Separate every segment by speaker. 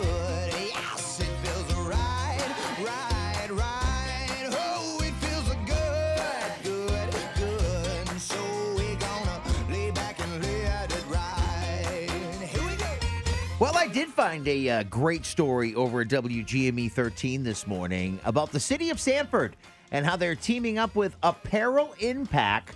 Speaker 1: Oh,
Speaker 2: Well, I did find a uh, great story over at WGME 13 E this morning about the city of Sanford and how they're teaming up with Apparel Impact,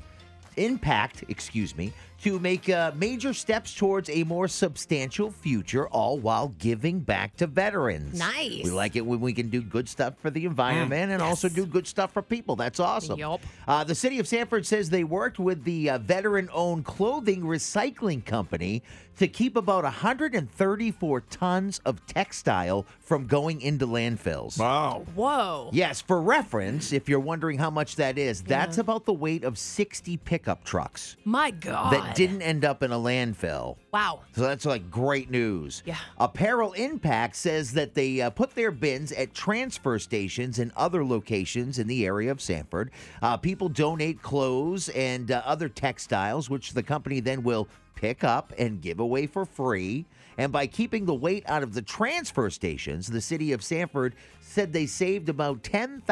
Speaker 2: Impact, excuse me, to make uh, major steps towards a more substantial future, all while giving back to veterans.
Speaker 3: Nice.
Speaker 2: We like it when we can do good stuff for the environment and also do good stuff for people. That's awesome.
Speaker 3: Yup.
Speaker 2: Uh, the city of Sanford says they worked with the uh, veteran owned clothing recycling company to keep about 134 tons of textile from going into landfills.
Speaker 1: Wow.
Speaker 3: Whoa.
Speaker 2: Yes, for reference, if you're wondering how much that is, that's about the weight of 60 pickup trucks
Speaker 3: My God.
Speaker 2: that didn't end up in a landfill.
Speaker 3: Wow.
Speaker 2: So that's like great news.
Speaker 3: Yeah.
Speaker 2: Apparel Impact says that they uh, put their bins at transfer stations and other locations in the area of Sanford. Uh, people donate clothes and uh, other textiles, which the company then will pick up and give away for free. And by keeping the weight out of the transfer stations, the city of Sanford said they saved about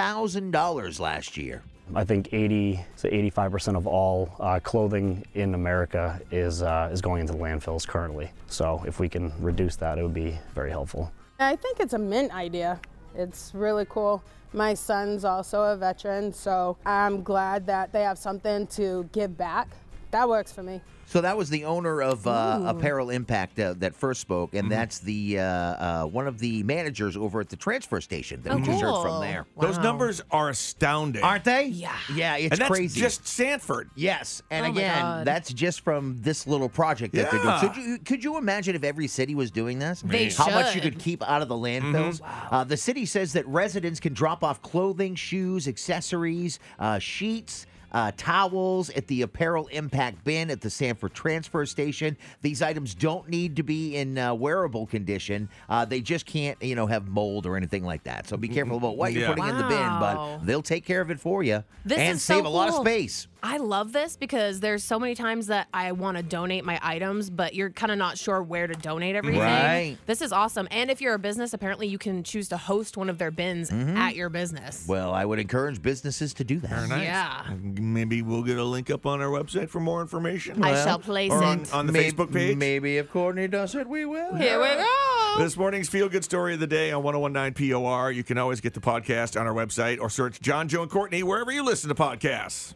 Speaker 2: $10,000 last year.
Speaker 4: I think 80 to 85 percent of all uh, clothing in America is uh, is going into landfills currently. So if we can reduce that, it would be very helpful.
Speaker 5: I think it's a mint idea. It's really cool. My son's also a veteran, so I'm glad that they have something to give back. That works for me.
Speaker 2: So that was the owner of uh, Apparel Impact uh, that first spoke, and that's the uh, uh, one of the managers over at the transfer station that
Speaker 3: Oh,
Speaker 2: we just heard
Speaker 3: cool.
Speaker 2: from there.
Speaker 1: Those numbers are astounding.
Speaker 2: Aren't they?
Speaker 3: Yeah.
Speaker 2: yeah, it's
Speaker 1: and that's
Speaker 2: crazy.
Speaker 1: just Sanford.
Speaker 2: yes, and
Speaker 3: Oh my
Speaker 2: again,
Speaker 3: God.
Speaker 2: that's just from this little project
Speaker 1: Yeah.
Speaker 2: that they're doing. So do you, could you imagine if every city was doing this?
Speaker 3: They
Speaker 2: How much you
Speaker 3: should.
Speaker 2: could keep out of the landfills?
Speaker 1: Mm-hmm.
Speaker 2: Uh, the city says that residents can drop off clothing, shoes, accessories, uh, sheets. Uh, towels at the apparel impact bin at the Sanford transfer station. These items don't need to be in uh, wearable condition. Uh, they just can't, you know, have mold or anything like that. So be careful about what you're
Speaker 1: Yeah.
Speaker 2: putting in the bin,
Speaker 3: Wow.
Speaker 2: but they'll take care of it for you
Speaker 3: This
Speaker 2: and
Speaker 3: is so
Speaker 2: save a lot of
Speaker 3: cool.
Speaker 2: space.
Speaker 3: I love this because there's so many times that I want to donate my items, but you're kind of not sure where to donate everything.
Speaker 2: Right.
Speaker 3: This is awesome. And if you're a business, apparently you can choose to host one of their bins
Speaker 2: Mm-hmm.
Speaker 3: at your business.
Speaker 2: Well, I would encourage businesses to do that.
Speaker 3: Yeah.
Speaker 1: Maybe we'll get a link up on our website for more information.
Speaker 3: I shall place
Speaker 1: or on,
Speaker 3: it.
Speaker 1: on the Facebook page.
Speaker 2: Maybe if Courtney does it, we will.
Speaker 3: Here we go.
Speaker 1: This morning's feel good story of the day on 1019 POR. You can always get the podcast on our website or search John, Joe, and Courtney wherever you listen to podcasts.